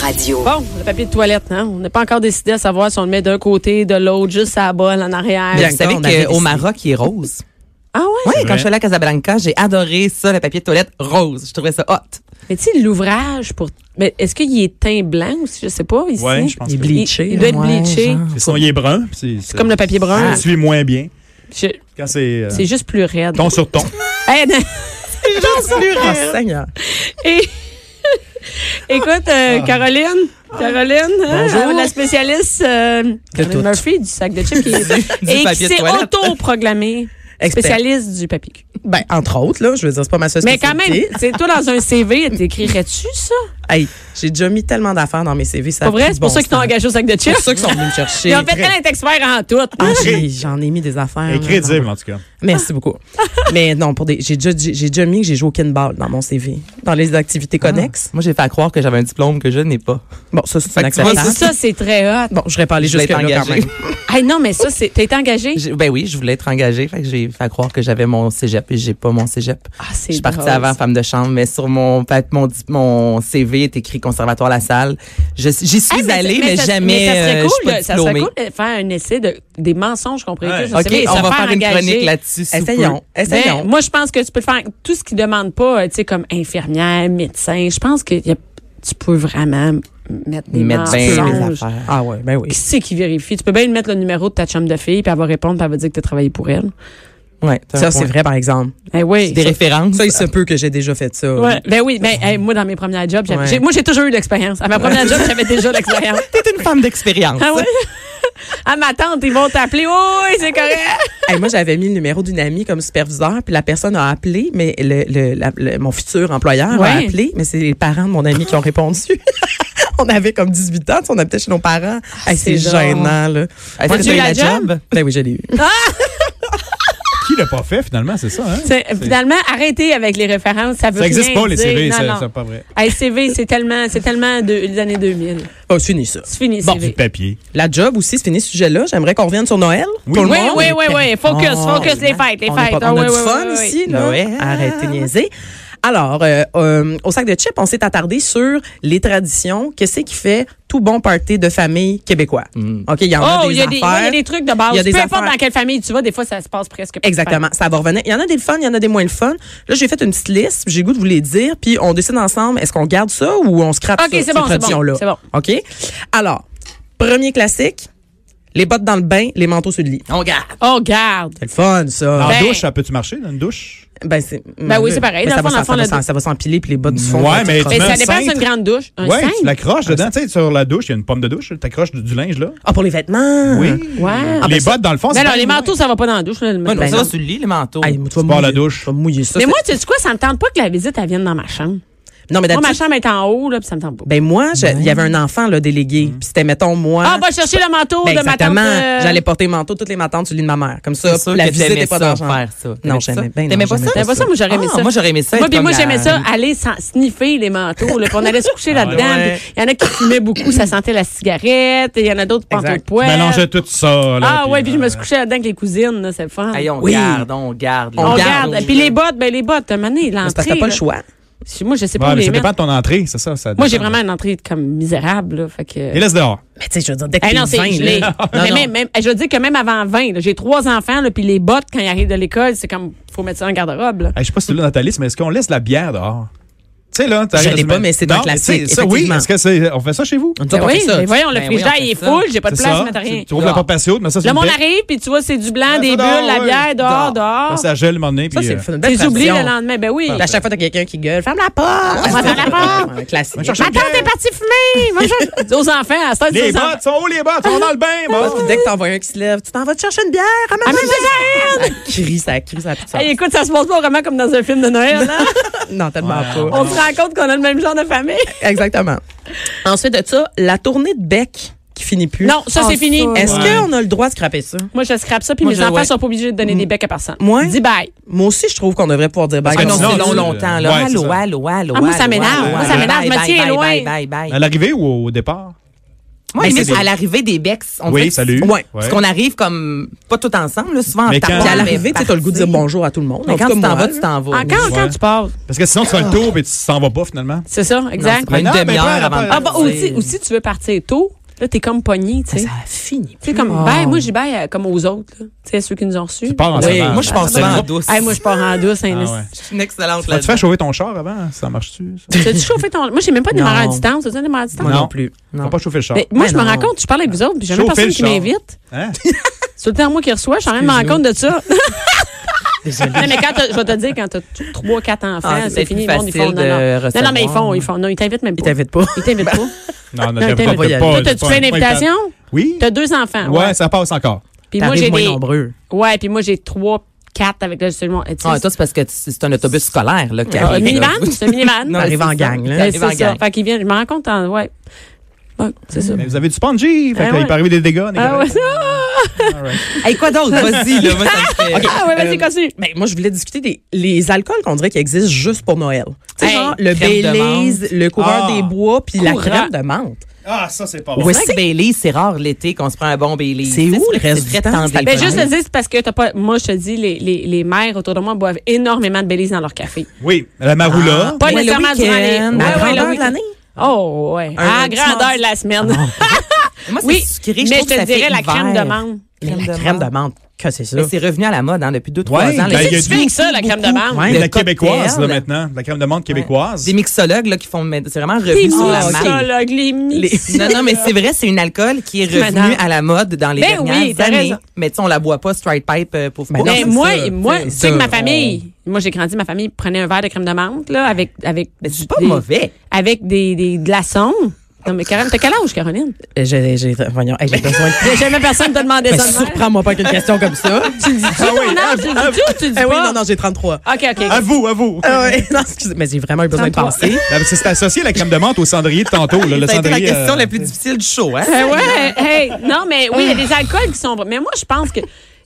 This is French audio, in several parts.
Radio. Bon, le papier de toilette, hein? on n'a pas encore décidé à savoir si on le met d'un côté, de l'autre, juste à la bolle, en arrière. Vous Ça- savez on avait qu'au décidé. Maroc, il est rose. Ah ouais? Oui, quand vrai. je suis allée à Casablanca, j'ai adoré ça, le papier de toilette rose. Je trouvais ça hot. Mais tu sais, l'ouvrage pour... Mais est-ce qu'il est teint blanc ou si je sais pas ici? Ouais, je pense Il que blie- oui. bleaché, Il, il doit être ouais, bleaché. genre. Sinon, il est brun. puis C'est c'est- comme le papier brun. Ça Ah. suit moins bien. Je- Quand c'est euh, C'est juste plus raide. ton sur ton. Hey, non. Juste oh, Seigneur. Et- Écoute, Ah. euh, Caroline, Caroline, hein, euh, la spécialiste euh, Caroline tout. Murphy du sac de chips qui est ici. Du et qui papier de s'est toilette. auto-proclamée Expert. spécialiste du papier. Ben, entre autres, là, je veux dire, c'est pas ma seule Mais quand même, spécialité. c'est toi dans un CV, t'écrirais-tu ça? Hey, j'ai déjà mis tellement d'affaires dans mes CV. ça Pas a vrai? plus C'est de pour bon ça qu'ils t'ont sens. engagé au sac de C'est pour chips. ça qu'ils sont venus me chercher. Ils ont fait qu'elle est expert en tout. Ah, j'ai- j'en ai mis des Ah, affaires. là, Écrit dans- crédible, en tout cas. Merci beaucoup. Mais non, pour des, j'ai déjà, dit- j'ai déjà mis que j'ai joué au kinball dans mon CV, dans les activités connexes. Moi, j'ai fait à croire que j'avais un diplôme que je n'ai pas. Bon, ça, c'est Fait que tu vois, inacceptable. Ah, Ça, c'est très hot. Bon, je voudrais parler Je voulais juste là être quand engagée. même. Ah non, mais ça, c'est. T'as été engagée? J'ai- Ben oui, je voulais être engagée. Fait que j'ai fait à croire que j'avais mon cégep et j'ai pas mon cégep. Ah, c'est Je suis partie drôle, avant ça. femme de chambre, mais sur mon, fait que mon, di- mon CV est écrit conservatoire La Salle. Je- J'y suis Hey, mais allée, c'est- mais, ça- jamais mais ça serait euh, cool, je suis pas de- ça serait diplômée. cool de faire un essai de, des mensonges qu'on précuse. Ouais. je sais OK, pas, se on va faire une engager. chronique là-dessus. sous peu. Essayons. Ben, Essayons. moi, je pense que tu peux le faire tout ce qui demande pas, euh, tu sais, comme infirmière, médecin. Je pense que y a- tu peux vraiment mettre des Mettre bien mes mensonges. affaires. ah ouais, ben oui. Qui c'est qui vérifie? Tu peux bien lui mettre le numéro de ta chum de fille, puis elle va répondre, puis elle va dire que tu as travaillé pour elle. Ouais, t'as un Ça, c'est point. vrai, par exemple. Eh oui. Des références. Ça, il se peut que j'ai déjà fait ça. Ouais, ben oui, ben, hey, moi, dans mes premières jobs, j'avais- Ouais. j'ai- moi, j'ai toujours eu l'expérience. À ma première job, j'avais déjà l'expérience. T'es une femme d'expérience. Ah ouais? À ma tante, ils vont t'appeler. Oui, c'est correct. Hey, moi, j'avais mis le numéro d'une amie comme superviseur, puis la personne a appelé, mais le, le- la- le- mon futur employeur a Ouais. appelé, mais c'est les parents de mon ami qui ont répondu. on avait comme 18 ans, tu sais, on habitait chez nos parents. Hey, Ah, c'est c'est drôle. gênant, là. Est-ce As-tu que t'as eu eu la la job? job? Ben oui, je l'ai eu. Qui l'a pas fait, finalement, c'est ça, hein? C'est- Finalement, arrêtez avec les références. Ça veut Ça existe rien pas, les dire. CV, Non, ça- non. c'est pas vrai. Hey, CV, c'est tellement, c'est tellement de, les années 2000. Oh, c'est fini, ça. C'est fini, Bon, CV. Du papier. La job aussi, c'est fini ce sujet-là. J'aimerais qu'on revienne sur Noël. Oui, Oui, oui, oui, oui. Focus, Oh, focus, les fêtes, les fêtes. on est pas- Ah, on a oui, du oui, fun oui, oui. ici, là. Noël. hein. Arrêtez de niaiser. Alors, euh, euh, au sac de chips, on s'est attardé sur les traditions. Qu'est-ce qui fait tout bon party de famille québécois? OK, il y en a Oh, des il y, a des- ouais, il y a affaires. des trucs de base. Il y a des Peu importe affaires. dans quelle famille tu vas, des fois, ça se passe presque. pas. Exactement, ça va revenir. Il y en a des fun, il y en a des moins le fun. Là, j'ai fait une petite liste, puis j'ai le goût de vous les dire, puis on décide ensemble, est-ce qu'on garde ça ou on scrape OK, ça, c'est ces bon, c'est bon, traditions-là? c'est bon. OK? Alors, premier classique, les bottes dans le bain, les manteaux sur le lit. On garde. Oh, garde. C'est le fun, ça. En Ben- douche, ça peut-tu marcher dans une douche? Ben, c'est, Ben oui, c'est pareil. Mais Dans ça, le fond, va, dans le fond, s'en- ça, va, le- s'en- ça va s'empiler, puis les bottes du fond. Ouais, vont être mais crottées. Mais Tu ça mets un dépend, c'est cintre. une grande douche. Un ouais, cintre. tu l'accroches dedans. Tu sais, sur la douche, il y a une pomme de douche. Tu accroches du, du linge, là. Ah, pour les vêtements? Oui. Ouais. Ah, ben les bottes, dans le fond, Mais c'est alors, pas les loin. manteaux, ça va pas dans la douche. là, le- Ouais, non, Ben ça non. va sur le lit, les manteaux. Hey, tu vas pars à la mouiller- douche. tu vas mouiller ça. Mais c'est- moi, tu sais quoi, ça me tente pas que la visite, elle vienne dans ma chambre. non, mais Moi, ma d'habitude, chambre est en haut, là, puis ça me tente pas. ben moi, je- il y avait un enfant là, délégué, puis c'était, mettons, moi... Ah, va chercher le manteau Ben, de ma tante. exactement. euh, J'allais porter le manteau toutes les matins sur le lit de ma mère. Comme ça, C'est sûr la que visite t'aimais n'est pas ça, d'argent. faire ça. Non, T'aimais ça? j'aimais ben non, T'aimais pas j'aimais ça? T'aimais pas ça? Moi, j'aurais aimé Ah, ça. moi, j'aurais aimé ça, Moi, être puis moi, comme la- j'aimais euh, ça, aller sans- sniffer les manteaux. Là, puis on allait se Ah, coucher là-dedans. ouais. puis Il y en a qui fumaient beaucoup, ça sentait la cigarette. et Il y en a d'autres pantoufles de Exact. Tu poêle. mélangeais tout ça, là. euh, Ah, ouais, puis je me suis couchée là-dedans avec les cousines, là, c'est le fun. Hey, on Oui. garde, on garde. on garde, garde. on Puis les bottes, ben les bottes, mané, Mais l'entrée. Ah, c'est parce que t'as pas là. le choix. Si- Moi, je sais pas Ouais, où mais les ça dépend mettre. de ton entrée, c'est ça. ça Moi, j'ai dépend. vraiment une entrée comme misérable, là. Fait que. Et laisse dehors. Mais tu sais, je veux dire, dès que Eh t'es non, c'est vingt, gelé. là- Non, Mais non. même, même- je veux dire que même avant 20, là, j'ai trois enfants, là, puis les bottes, quand ils arrivent de l'école, c'est comme, faut mettre ça en garde-robe. là. Hey, je sais pas si tu l'as dans ta liste, mais est-ce qu'on laisse la bière dehors? Tu sais, là, tu Je l'ai pas, mais c'est un classique, Ça, oui, effectivement. est-ce que c'est. On fait ça chez vous? Nous Ben autres, on oui, fait ça. mais voyons, le Ben oui, frigidaire, on fait il est ça. full, j'ai pas de C'est place, ça. je mets Tu rien. tu trouves la porte assez haute, mais ça, c'est Le une monde belle- arrive, puis tu vois, c'est du blanc, Ah, des bulles, ça Ben, dehors, la ouais. bière, dehors, dehors. Là, ça gèle le moment donné. Ça, puis, c'est euh, une belle Tu les oublies le tradition. lendemain. Ben oui. À chaque fois, t'as quelqu'un qui gueule. Ferme la porte! Ferme la porte! Ouais, Classique. Va chercher Ma tante est partie fumer! Va chercher- Dis Aux enfants, à cette heure, dis Les aux enfants. bottes sont où, les bottes? On dans le bain, Parce que bon. Dès que t'en vois un qui se lève, tu t'en vas te chercher une bière. Ah, Ramène mais c'est ça crie, ça crie, ça a plus de sens. Hey, écoute, ça se passe pas vraiment comme dans un film de Noël. Là. Non, tellement On se rend compte qu'on a le même genre de famille. pas. Exactement. Ensuite de ça, la tournée de bec qui finit plus. Non, ça, Ah, c'est fini. Est-ce Ouais. qu'on a le droit de scraper ça? Moi, je scrape ça, puis Moi, mes je- enfants ouais. sont pas obligés de donner des becs à personne. Ouais. Dis bye. Moi aussi, je trouve qu'on devrait pouvoir dire bye. Ah Ah non, non, non, c'est long, tu- longtemps. Là. Ouais, c'est allô, ça. allô, allô, Ah, moi, allô, ça m'énerve. allô, Moi, ça allô, m'énerve. bye, Je me bye, tiens bye, loin. Bye, bye, À bye. l'arrivée ou au départ? Moi, Mais mais c'est des- à l'arrivée des becs, on Oui, dirait que- salut. Ouais. Ouais. Parce qu'on arrive comme pas tout ensemble, là, souvent Mais en quand- tapant. Puis Ah, à mais l'arrivée, tu sais, t'as le goût de dire bonjour à tout le monde. Mais En quand tout cas, tu t'en moi, vas, tu t'en vas. Ah, quand, Ouais. quand tu pars, Parce que sinon, tu fais le tour et tu t'en vas pas finalement. c'est ça, c'est exact. pas une Non, mais demi-heure pas- avant. de Ah, Ah, bah, partir. aussi, aussi, tu veux partir tôt, là, t'es comme pogné, tu sais. Ça finit. Tu sais, comme, ben, moi, j'y baille euh, comme aux autres, là. Tu sais, à ceux qui nous ont reçus. Tu pars en Oui, savane. moi, je pense C'est souvent en drôle. douce. Hey, moi, je pars en douce. hein, Ah, là. ouais. je suis une excellente Tu te fais là-dedans. chauffer ton char avant? Ça marche-tu? ça? T'as-tu chauffé ton. Moi, j'ai même pas de Non. démarré à distance. T'as-tu un démarre à distance? Moi Non. non plus. Faut Non. pas chauffer le char. Ben, moi, Ben je me non. rends compte, je parle avec vous autres, puis j'ai même Chauffer personne le qui char. m'invite. Hein? C'est le temps, moi, qui reçois, je suis en train de me rendre compte de ça. Non, mais quand t'as- je vais te dire, quand t'as 3, 4 enfants, Ah, c'est c'est peut-être fini, plus le monde, ils font. facile Non, de non. non, non, mais ils recevoir. font, ils font. Non, ils t'invitent même Ils pas. t'invitent pas. Ils t'invitent pas. Non, Non, ne t'as- t'as pas. t'as- Toi, t'as-tu fait une invitation? Oui. T'as deux enfants. Ouais, ça passe encore. Puis moi, T'arrives j'ai moins des. nombreux. Ouais, puis moi, j'ai 3, 4 avec le seulement. Ah, toi, c'est parce que t- c'est un autobus scolaire, là, qui Ah, arrive. minivan? là. C'est un minivan? Non, T'arrives c'est en ça. gang, là. Ben, T'arrives en c'est ça. gang. Fait qu'ils viennent, je me rends compte en. Ouais. Ouais, c'est ça. Mais vous avez du spongy. Ah Fait que là, ouais. Il peut arriver des dégâts. des Ah ouais, gars. ça. All right. Hey, quoi d'autre? Vas-y, là. Moi, ça me fait. Ah ouais, Euh, vas-y, continue. Ben, moi, je voulais discuter des les alcools qu'on dirait qui existent juste pour Noël. Tu sais, Hey, genre le crème de Baileys, le coureur Ah. des bois, puis la Courant. crème de menthe. Ah, ça, c'est pas C'est bon. vrai que Bailey, c'est rare l'été qu'on se prend un bon Bailey. C'est où le reste du temps? tendre les Ben, juste bras. le dire, c'est parce que t'as pas. Moi, je te dis, les, les, les mères autour de moi boivent énormément de Belize dans leur café. Oui, la maroula. Pas Ouais, le nécessairement durant les. week-end, Ouais, Mais la ouais, à le grandeur de week-end. l'année. Oh, ouais. Un à la lundi, grandeur mardi. de la semaine. Moi, c'est oui. sucré. mais trouve je que te ça fait dirais la crème hiver. de Ben, menthe. Mais Crème la de crème de menthe. menthe, que c'est ça? Mais c'est revenu à la mode hein, depuis 2-3 Ouais, ans. ben, Les- il y a Tu fais du- que ça, la crème de menthe. Ouais, Le la québécoise, là, cocktail. maintenant. La crème de menthe québécoise. Des mixologues là, qui font. mais C'est vraiment Les revenu sur la marque. mixologues, les Les- mix. Non, non, mais c'est vrai, c'est une alcool qui est Madame. revenue à la mode dans les Ben dernières oui, t'as années. raison. Mais tu sais, on la boit pas straight pipe euh, pour Ben pour- non, Mais c'est moi, ça, et moi, c'est tu sais ça, que ma famille, moi j'ai grandi, ma famille prenait un verre de crème de menthe là, avec avec Ben, Mais du- c'est pas des- mauvais. avec des, des glaçons. Non mais Caroline, t'as quel âge Caroline Euh, J'ai j'ai- voyons, hey, j'ai besoin de... J'ai jamais personne te demander Mais ça. de même. surprends-moi pas qu'une question comme ça. tu dis Ah oui, Ton à âge, vous, tu le dis ou tu le dis Eh oui, pas? non, non, j'ai 33. OK, OK. à vous, à vous. Ah ouais, non, excusez, mais j'ai vraiment eu besoin de 33. penser. Là, C'est c'est associé la crème de menthe au cendrier de tantôt. Là, le Ça a été la cendrier, question euh, la plus difficile du show, hein? Eh ouais, hey, non, mais oui, il y a des alcools qui sont. Mais moi, je pense que.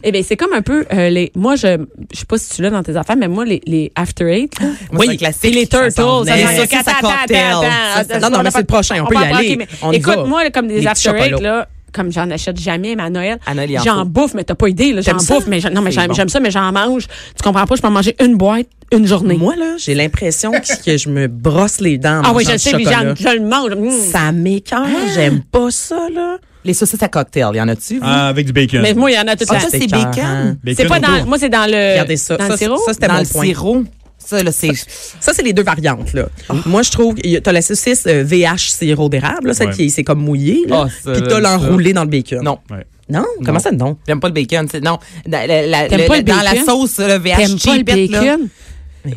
Eh bien, c'est comme un peu euh, les. Moi, je je sais pas si tu l'as dans tes affaires, mais moi, les, les After Eight. là. Moi, c'est un classique. Puis les Ça Turtles. s'en venait. s'en vient. Ça, c'est Attends, un attends, cocktail. attends, Ça, attends, c'est- non, non, on mais a c'est le pas- prochain, on peut y va- aller. ok, mais On y va. Écoute, moi, comme des Les After Eight, chocolats. là. Comme j'en achète jamais, mais à Noël, À Noël, il en j'en faut. bouffe, mais t'as pas idée. là, J'en T'aimes ça? bouffe, mais j'en- non, mais C'est j'aime bon. j'aime ça, mais j'en mange. Tu comprends pas, je peux en manger une boîte, une journée. Moi, là, j'ai l'impression que, que je me brosse les dents. en ah oui, mangeant je le du sais, puis chocolat. j'en- je le mange. Mm. Ça m'écoeure, j'aime pas ça, là. Les saucisses à cocktail, y en a-tu? vous? ah, avec du bacon. Mais moi, il y en a toute Ah, la. ça, c'est écœurant. bacon. C'est Bacon pas autour. dans. Moi, c'est dans le. Regardez ça. Dans ça, le sirop. ça, c'était Dans mon le point. sirop. Ça, là, c'est. Ça, c'est les deux variantes, là. Moi, je trouve, que t'as la saucisse euh, VH sirop d'érable, là, celle Ouais. qui c'est comme mouillée, là. Ah, ça, Puis t'as là, ça. l'enroulé dans le bacon. Non. Ouais. Non? Comment ça, non? J'aime pas le bacon. c'est- Non. La- la- la- T'aimes le- pas le- le dans bacon? la sauce, le T'aimes VH pas le cheapette, là. bacon?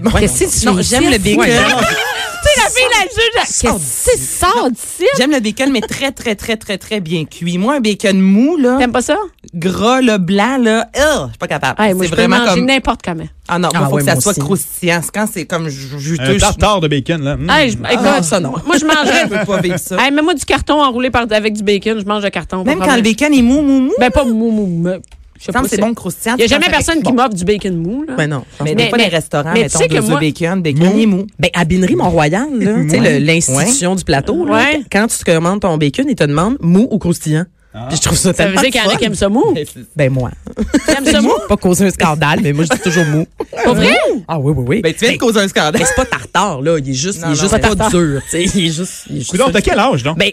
Bon, Qu'est-ce que tu non, fais j'aime ici? le bacon. Ouais, non, Tu sais, la fille, la juge, Sors qu'est-ce que ça d'ici? J'aime le bacon, mais très, très, très, très, très bien cuit. Moi, un bacon mou, là, T'aimes pas ça? gras, là, blanc, là, ugh, je suis pas capable. Hey, moi, c'est je peux le vraiment manger comme. n'importe comment. Ah non, moi, Euh, Ah faut ouais, que ça moi soit aussi. croustillant. C'est Quand c'est comme ju- juteux. Un je- tartare de bacon, là. Mm. Hey, je- écoute, non, ça, non. Moi, je Je mangerais. peux pas vivre ça. Ah, hey, mets-moi du carton enroulé par, avec du bacon, je mange le carton. pas Même de quand le problème. bacon est mou, mou, mou. Ben, pas mou, mou, mou. Je sais il me semble pas que Ben, c'est bon croustillant. Il n'y a tu jamais manges avec- personne qui Bon. m'offre du bacon mou, là. Mais Ben non. Mais- Mais, des fois, mais- les restaurants, mais tu mettons, sais que deux œufs moi- bacon, bacon Mou. et mou. Ben, à Binerie Mont-Royal, là, tu sais, le- l'institution du plateau, là, Ouais. quand tu te commandes ton bacon, ils te demandent mou ou croustillant. Ah. Puis je trouve ça Ça tellement veut dire qu'il y en a fun. qui aiment ça mou. Ben, moi. T'aimes ça mou? Pas causer un scandale, mais moi, je dis toujours mou. Pas vrai? Ah oui, oui, oui. Ben, tu viens de causer un scandale. Mais c'est pas tartare, là. Il est juste, Non, il est non, juste mais- pas dur. tu sais. Il est juste. Il est juste Coudonc, t'as quel âge, donc? Ben,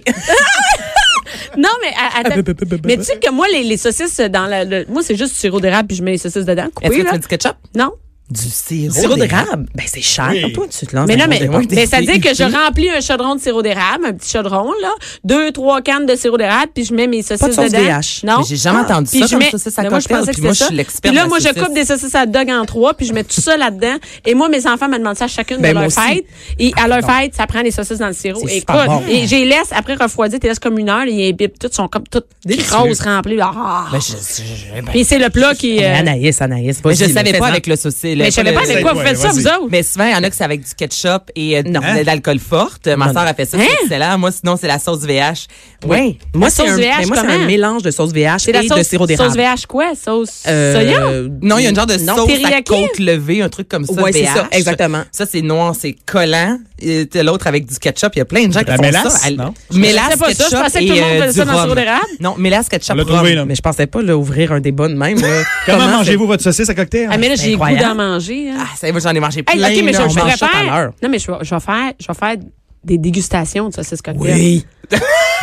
Non, mais à- attends. Ah, bah, bah, bah, bah, Mais bah. tu sais que moi, les, les saucisses dans la. le- Moi, c'est juste du sirop d'érable puis je mets les saucisses dedans. Est-ce Coupées, que tu là. as du ketchup? Non? Du sirop. sirop d'érable, ben, c'est cher. Oui. Toi, tu te Ah, lances. Mais non, dans ben, le mais, sirop d'érable. mais ça veut dire que je remplis un chaudron de sirop d'érable, un petit chaudron, là, deux, trois cannes de sirop d'érable, puis je mets mes saucisses Pas de sauce dedans. VH. Non. Ah. Mais j'ai jamais entendu Puis ça je comme mets- saucisse à mais moi, je cocktail, pensais que puis moi, c'était je ça. suis l'expert Puis là, de la moi, je saucisse. coupe des saucisses à dog en trois, puis je mets tout ça là-dedans. Et moi, mes enfants me demandent ça à chacune Ben, de moi leur aussi. fête. Et à leur fête, ça prend les saucisses dans le sirop. C'est Et super bon. et j'ai laisse après refroidir, tu laisses comme une heure, et ils bipent toutes, sont comme toutes grosses remplies. Ah! Ben, je- je- je- ben, Puis c'est le plat qui. Mais euh, Anaïs, Anaïs, Mais je vas-y, savais fais-en. ben, pas avec le saucisson, voulais Mais je savais le- Ben, pas avec quoi vous faites ça, Ouais, vous vas-y. autres. Mais souvent, il y en a que c'est avec du ketchup et euh, Non. de- de l'alcool forte. Ma Non, soeur a fait ça, Hein? c'est excellent. Moi, sinon, c'est la sauce VH. Oui. Moi, La c'est sauce un, VH, mais moi, c'est comment? un mélange de sauce VH C'est et la de sauce, sirop d'érable. sauce VH quoi? Sauce Euh, soya? Non, il y a une genre de Non, sauce à teriyaki? côte levée, un truc comme ça. Ouais, c'est VH. ça, exactement. Ça, c'est noir, c'est collant. Et t'as l'autre avec du ketchup, il y a plein de gens qui La font mélasse, ça. Elle- non? Mélasse, Je sais pas ça, ketchup je pensais que tout le et, monde euh, faisait du ça dans le rhum. sirop d'érable. Non, mélasse, ketchup, On l'a rhum. trouvé, là. Mais je pensais pas là, ouvrir un débat de même. là. Comment c'est- mangez-vous votre saucisse à cocktail? Ah, mais là, j'ai le goût incroyable. d'en manger. hein. Ah, ça y va, j'en ai mangé plein. Hey, OK, mais je, là, on je mange pourrais ça tout à faire- l'heure. Non, mais je vais, je vais faire, je vais faire des dégustations de saucisses cocktail. Oui.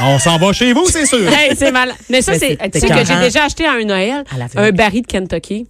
On s'en va chez vous, c'est sûr. Hey, c'est mal. Mais ça, Mais c'est. c'est Tu sais que j'ai écœurant. déjà acheté à un Noël À l'aveugle. un baril de Kentucky.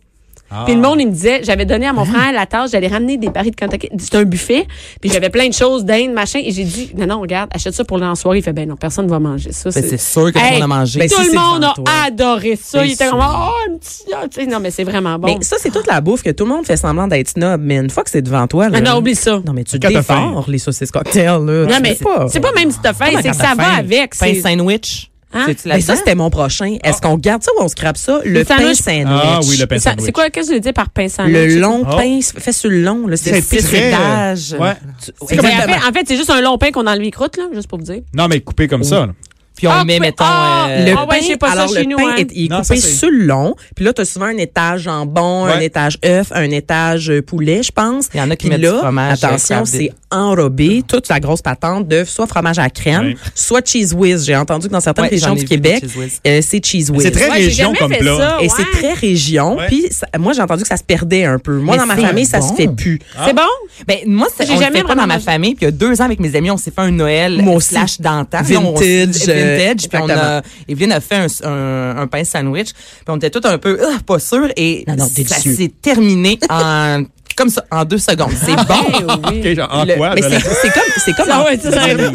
Ah. Puis le monde, il me disait, j'avais donné Hein? à mon frère la tâche, j'allais ramener des barils de Kentucky. C'était un buffet. Puis j'avais plein de choses, d'Inde, machin. Et j'ai dit, non, non, regarde, achète ça pour l'an soir. Il fait, ben non, personne ne va manger ça. Ben, c'est sûr que tout le Hey, monde a mangé. Ben, Tout si le c'est monde devant a toi. adoré ça. Il C'est était comme, sûr. oh, un petit. ah, tu sais, Non, mais c'est vraiment bon. Mais ça, c'est toute la bouffe que tout le monde fait semblant d'être snob, mais une fois que c'est devant toi, là. Ah non, oublie ça. Non, mais tu Quand t'as faim. défores les saucisses cocktails, là. Non, Tu mais sais pas. c'est pas même si t'as faim, Comment c'est que quand ça t'as va faim? avec. Pain c'est- sandwich. Hein? C'est-tu Mais ça, là-dedans? c'était mon prochain. Est-ce qu'on garde ça ou on scrape ça? Le, Le pain sandwich. Ah, sandwich. Ah oui, le pain ça- sandwich. C'est quoi, qu'est-ce que je veux dire par pain sandwich? Le long Oh. pain fait sur le long, là. Ah. C'est euh, C'est six très- étages. Ouais. Tu- Mais Exactement. après, en fait, c'est juste un long pain qu'on enlève les croûtes, là, juste pour vous dire. Non, mais coupé comme ça. là. Puis on Ah, met, coupé- mettons... ah! euh, Le Ah ouais, pain, j'ai pas ça alors chez le nous, pain hein. est, il est Non, ça, coupé c'est- sur le long. Puis là, t'as souvent un étage jambon, un Ouais. étage œuf, un étage euh, poulet, je pense. Il y en a qui Puis mettent là, du fromage, euh, Attention, scrapé. c'est enrobé, toute la grosse patente de soit fromage à la crème, Ouais. soit cheese whiz. J'ai entendu que dans certaines Ouais, régions j'en ai du vu des Québec, cheese whiz. euh, c'est cheese whiz. C'est très Ouais, j'ai région jamais comme fait plat. ça. Et Ah, ouais. c'est très région. Ouais. Puis ça- moi, j'ai entendu que ça se perdait un peu. Moi, Mais dans ma c'est famille, ça bon. se fait plus. C'est bon? Ben, moi, c'est- J'ai on le jamais fait pas vraiment dans ma mangé. famille. Puis il y a deux ans avec mes amis, on s'est fait un Noël Moi aussi. slash d'antan. Vintage, On- vintage. euh, puis on a, exactement. Evelyne a fait un, un, un pain sandwich. Puis on était tous un peu ah, pas sûrs. Et Non, non, ça délicieux. s'est terminé en comme ça, en deux secondes. C'est bon. Eh oui. OK, genre, en Le- quoi? Mais je c'est l'ai- c'est comme, c'est comme, Ah en- ouais, ça, ça arrive.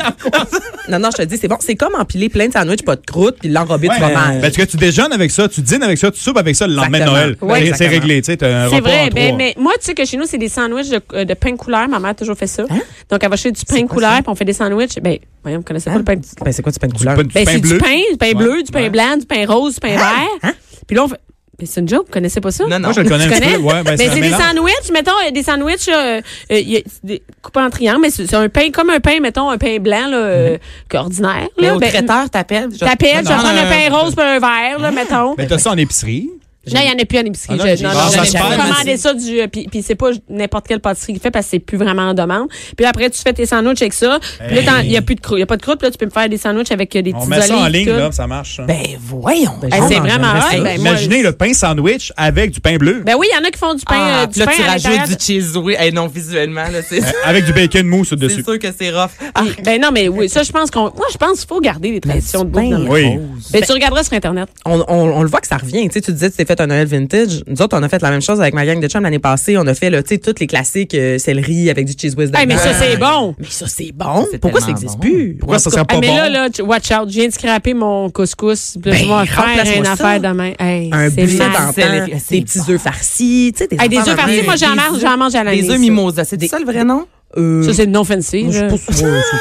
non, non, je te dis, c'est bon. C'est comme empiler plein de sandwichs, pas de croûte, puis l'enrober Ouais, Ben, de fromage. parce que tu déjeunes avec ça, tu dînes avec ça, tu soupes avec ça le lendemain de Exactement. Noël. Ouais, Et c'est exactement. réglé, tu sais, t'as un C'est repas vrai, en ben, trois. mais moi, tu sais que chez nous, c'est des sandwichs de, euh, de pain couleur. Ma mère a toujours fait ça. Donc, elle va acheter du pain couleur, puis on fait des sandwichs. Ben, voyons, vous connaissez pas le pain de- Ben, c'est quoi, tu pas une Du couleur? pain- du Ben, pain c'est bleu. du pain, du pain Ouais. bleu, du pain blanc, du pain rose, du pain vert. Puis là, on fait. Ben, c'est une joke, vous connaissez pas ça? Non, non. Moi, je le connais Tu un petit connais? peu. Ouais, ben, Ben, un c'est des mélange. sandwichs, mettons, euh, des sandwichs euh, euh, y a- des- coupés en triangle, mais c'est c'est un pain, comme un pain, mettons, un pain blanc, là, euh, qu'ordinaire. Mais là, au ben, traiteur, t'appelles. genre- T'appelles, je vais Mm-hmm. Non, prendre non, un pain non, rose puis un verre, là, mettons. Ben, t'as ça en épicerie. Non, il n'y en a plus en épicerie. Ah non, Je- j'ai- non, Ah, non, ça j'avais se perd, commandé merci. ça du. euh, Puis puis c'est pas n'importe quelle pâtisserie qui fait parce que c'est plus vraiment en demande. Puis là, après, tu fais tes sandwichs avec ça. Puis là, t'en- il n'y a plus de croûte. Il n'y a pas de croûte. puis Là, tu peux me faire des sandwichs avec euh, des petits On met ça en olives, ligne, tout. là, ça marche. ça. Ben, voyons. Ben, Hey, j'en Eh, c'est mangerais vraiment ça. hot, ben, moi, Imaginez le pain sandwich avec du pain bleu. Ben oui, il y en a qui font du pain. Ah, euh, puis du là, pain tu à l'intérieur. rajoutes du cheese whiz. Eh non, visuellement, là, c'est Euh, Avec du bacon mousse c'est dessus. sûr que c'est rough. Ah, Puis- Ben non, mais oui, ça, je pense qu'on. Moi, je pense qu'il faut garder les traditions de bouffe hein. dans le- Oui. Ben, tu regarderas sur Internet. on, on, on le voit que ça revient. Tu sais, tu disais que tu t'es fait un Noël vintage. Nous autres, on a fait la même chose avec ma gang de chum l'année passée. On a fait, là, tu sais, toutes les classiques euh, céleri avec du cheese whiz Hey, mais ça, dedans. c'est bon. Mais ça, c'est bon. C'est Pourquoi ça tellement n'existe bon. plus? Pourquoi ça serait Ah, pas mais là, bon? là, tu- watch out. Je viens de scraper mon couscous. Puis là, je Ben, vais faire une remplace-moi ça. affaire demain. Hey, Un c'est buffet mal. d'antan, Céleri, des c'est petits œufs farcis, tu sais, des Hey, des affaires œufs de farcis, même. moi, j'en mange, j'en mange à l'année. Des œufs ça. mimosa. C'est ça le vrai nom? Euh, Ça, c'est non fancy. je là. sais pas si- ouais, ça-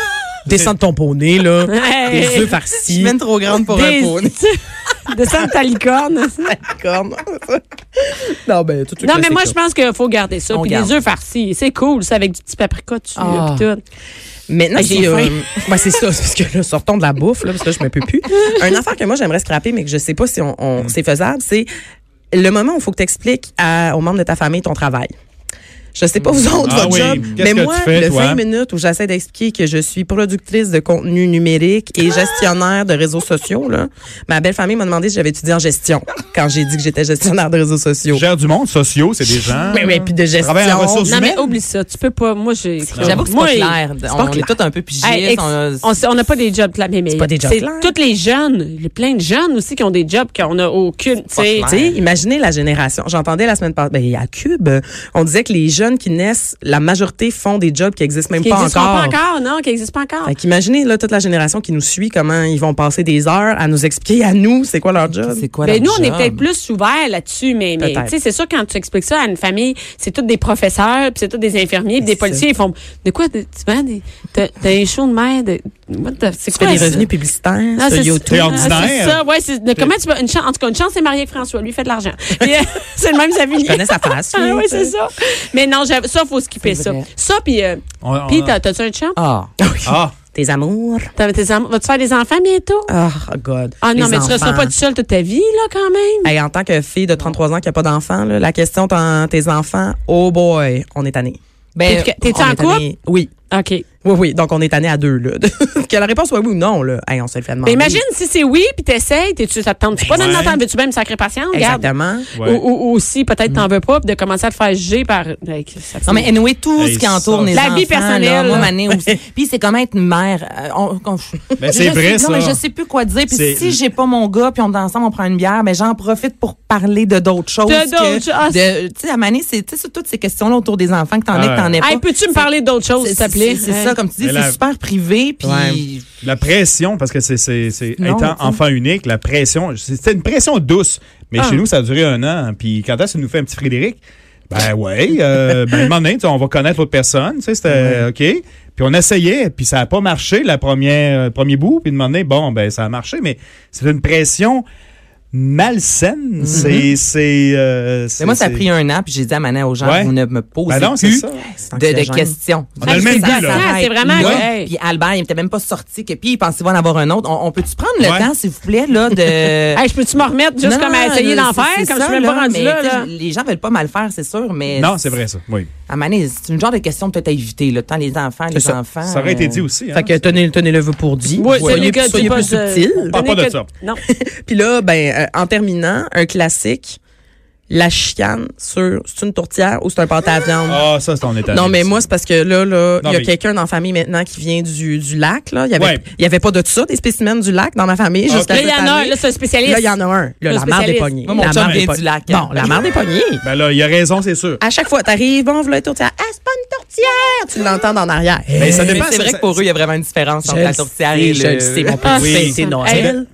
Descends de ton poney, là. Hey. Des œufs Je farcis. mène trop grande pour Des- un poney. de Santa Licorne. Corne. non, ben, tout de suite, Non, là, mais c'est moi, ça. je pense qu'il faut garder ça. On Puis garde. des œufs farcis, c'est cool, ça, avec du petit paprika dessus. là, Ah. puis tout. Maintenant, Hey, j'ai j'ai. faim. euh, ben, c'est ça, c'est parce que là, sortons de la bouffe, là, parce que là, je me peux plus. Un affaire que moi, j'aimerais scraper, mais que je sais pas si on, Mm. on- c'est faisable, c'est le moment où il faut que tu expliques aux membres de ta famille ton travail. Je sais pas vous autres, Ah votre oui, job, mais qu'est-ce que moi, tu fais, le toi? 20 minutes où j'essaie d'expliquer que je suis productrice de contenu numérique et Ah! gestionnaire de réseaux sociaux, là, ma belle famille m'a demandé si j'avais étudié en gestion quand j'ai dit que j'étais gestionnaire de réseaux sociaux. Gère du monde, sociaux, c'est des gens. Mais, mais puis de gestion. Travaille en ressources Non, mais humaines. oublie ça. Tu peux pas. Moi, j'ai. J'avoue que c'est Moi, pas clair. On, pas on est clair. tous un peu pigistes. hey, ex- on a- on s- on n'a pas des jobs clairs. Mais, mais pas des jobs c'est clairs. Toutes les jeunes, il y a plein de jeunes aussi qui ont des jobs qu'on n'a aucune. Tu sais, clair. Tu sais, imaginez la génération. J'entendais la semaine passée, ben, à Cube, on disait que les jeunes qui naissent, la majorité font des jobs qui existent même qui pas n'existent encore. pas encore, non, qui n'existent pas encore. Fait qu'imaginez, là, toute la génération qui nous suit, comment ils vont passer des heures à nous expliquer à nous c'est quoi leur job. c'est quoi Ben, leur nous, on est job? peut-être plus ouverts là-dessus, mais, mais Peut-être. tu sais, c'est sûr, quand tu expliques ça à une famille, c'est tous des professeurs, puis c'est tous des infirmiers, puis des c'est policiers, ils font De quoi de- tu vends des- T'as t'as un show de merde, what the- c'est Tu fais quoi des ça? revenus publicitaires Ah, sur c'est- YouTube. T'es Ah, C'est ordinaire. ça, ouais. c'est- de- comment tu vas, une chance, en tout cas, une chance, c'est marié avec François. Lui, il fait de l'argent. Et, euh, c'est le même Savigny. Je connais sa face. Ah, lui, oui, tu sais. c'est ça. Mais non, j'av- ça, faut skipper C'est ça. vrai. Ça, puis, euh, On- on- puis t'as- t'as-tu un chum? Ah. Ah, Tes amours. T'as- tes am- Vas-tu faire des enfants bientôt? Ah, oh, God. Ah non, Les mais tu resteras enfants. pas tout seul toute ta vie, là, quand même. Hey, en tant que fille de 33 ans qui n'a pas d'enfant, là, la question t'en- tes enfants, oh boy, on est tanné. Ben, T'es- t'es-tu On en est couple? tanné. Oui. OK. Oui, oui. Donc, on est tanné à deux, là. que la réponse soit oui ou non, là. Hey, on se le fait demander. Mais imagine si c'est oui, puis t'essayes, t'es-tu, ça te tente pas d'en ouais. entendre? Veux-tu même sacré patience? Regarde. Exactement. ouais. Mm. Ou, ou, ou si peut-être t'en veux pas, puis de commencer à te faire juger par. Hey, ça fait- Non, mais anyway, tout Hey, ce qui ça. entoure les La vie enfants, personnelle, là, moi, là. Mané, aussi. Puis c'est comme être mère. euh, on- qu'on- Ben, je c'est vrai, sais, ça. Non, mais je sais plus quoi dire. Puis C'est- si j'ai pas mon gars, puis on est ensemble, on prend une bière, mais j'en profite pour parler de d'autres choses. De d'autres que- choses. Ah, de- Tu sais, à Mané, c'est tu sais, c'est toutes ces questions-là autour des enfants que t'en es, Ah, que t'en es pas. Hey, peux-tu me parler d'autre chose, C'est- s'il te plaît? c'est- C'est Hey. ça, comme tu dis, Mais la- c'est super privé, puis... Ouais. La pression, parce que c'est, c'est, c'est Non, étant tu sais. enfant unique, la pression, c'était une pression douce. Mais Ah. chez nous, ça a duré un an. Puis quand est-ce que nous fait un petit Frédéric? Ben ouais, euh, ben, à un moment donné, tu sais, on va connaître l'autre personne, tu sais, c'était OK. Puis on essayait, puis ça n'a pas marché la première, le premier bout. Puis de moment donné, bon, ben ça a marché, mais c'est une pression malsaine. C'est, c'est, euh, c'est- Mhm. Mais ben, moi, ça a c'est- pris un an, puis j'ai dit à Mané aux gens, Ouais. vous ne me posez Ben non, c'est plus ça. C'est de, de anxiogène. questions. On a le même but, là. Ah, c'est vraiment- Puis, Ouais. Puis Albert, il n'était même pas sorti, que, puis il pensait en avoir un autre. On, on peut-tu prendre le Ouais. temps, s'il vous plaît, là, de... Hey, je peux-tu me remettre juste euh, Non, comme à non, essayer non, d'en c'est- faire, c'est comme je ça, suis même pas rendu mais, là, tu sais, là? Les gens veulent pas mal faire, c'est sûr, mais... Non, c'est vrai ça. Oui. À Mané, c'est une genre de question peut-être à éviter, le temps, les enfants, les ça. enfants... Ça aurait été dit euh, aussi. hein. Fait que tenez, tenez le vœu pour dit. Oui, soyez plus, soyez plus subtil. Parle pas de ça. Non. Puis là, ben, euh, en terminant, un classique, la chicane sur c'est une tourtière ou c'est un pâté à viande. Ah, ça, c'est en état. Non, mais moi, c'est parce que là, là, il Non, y a mais- quelqu'un dans la famille maintenant qui vient du, du lac, là. Il y avait, Ouais. Ah, il y avait pas de ça, des spécimens du lac dans ma famille Ok. jusqu'à Là, il y cette en a un, année. là, c'est un spécialiste. Là, il y en a un. Là, Le la marde est spécialiste. pognée. Moi, mon la chum marde vient est du pognée. lac. Bon, la marde est pognée. Ben là, il a raison, c'est sûr. À chaque fois, t'arrives, bon, voilà une tourtière. Ah, c'est pas une tourtière! Tu l'entends en arrière. Mais ça Mais dépend. c'est vrai que pour eux, il y a vraiment une différence entre Je la le tourtière sais, et le... je le sais, mon Ah, petit oui. fait, c'est Noël.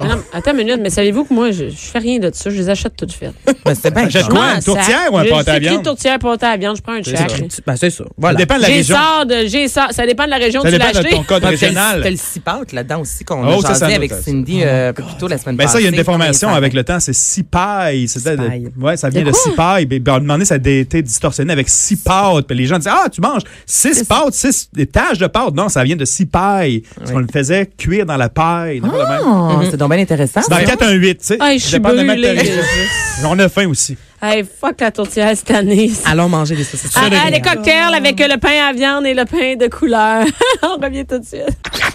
Non, non, attends une minute, mais savez-vous que moi, je, je fais rien de ça. Je les achète toutes faites. Ben, c'est bien Achète con. quoi? Ah une tourtière ou un pâté à Une viande? tourtière, pâte à viande, je prends un ça. chèque. Ben, c'est ça. Ça Voilà. dépend de la J'ai région. sort de, j'ai sort, ça dépend de la région où Ça tu l'as dépend de acheté. ton code T'as le- T'as le régional. cipote là-dedans aussi qu'on Oh, ça, a ça jasé nous avec fait ça. Cindy euh, plus tôt la semaine Ben passée. ça, Ah, il y a une Mais déformation ça- avec le temps. C'est cipaille. C'était Cipaille. de- Ouais, ça vient De de quoi? cipaille. Ben, ben, on demandait, ça a été distorsionné avec six pâtes. Puis les gens disaient, ah, tu manges six pâtes, six des taches de pâtes. Non, ça vient de cipaille. Parce qu'on le faisait cuire dans la paille. n'importe le même. Oh, C'est donc bien intéressant. C'est dans ça. 4 1 8, tu sais. Ah, Hey, je suis Dépendamment de ta brûlée. région. On a faim aussi. Hey, fuck la tourtière cette année. Allons manger des saucisses. Ah, ah, les cocktails avec le pain à viande et le pain de couleur. On revient tout de suite.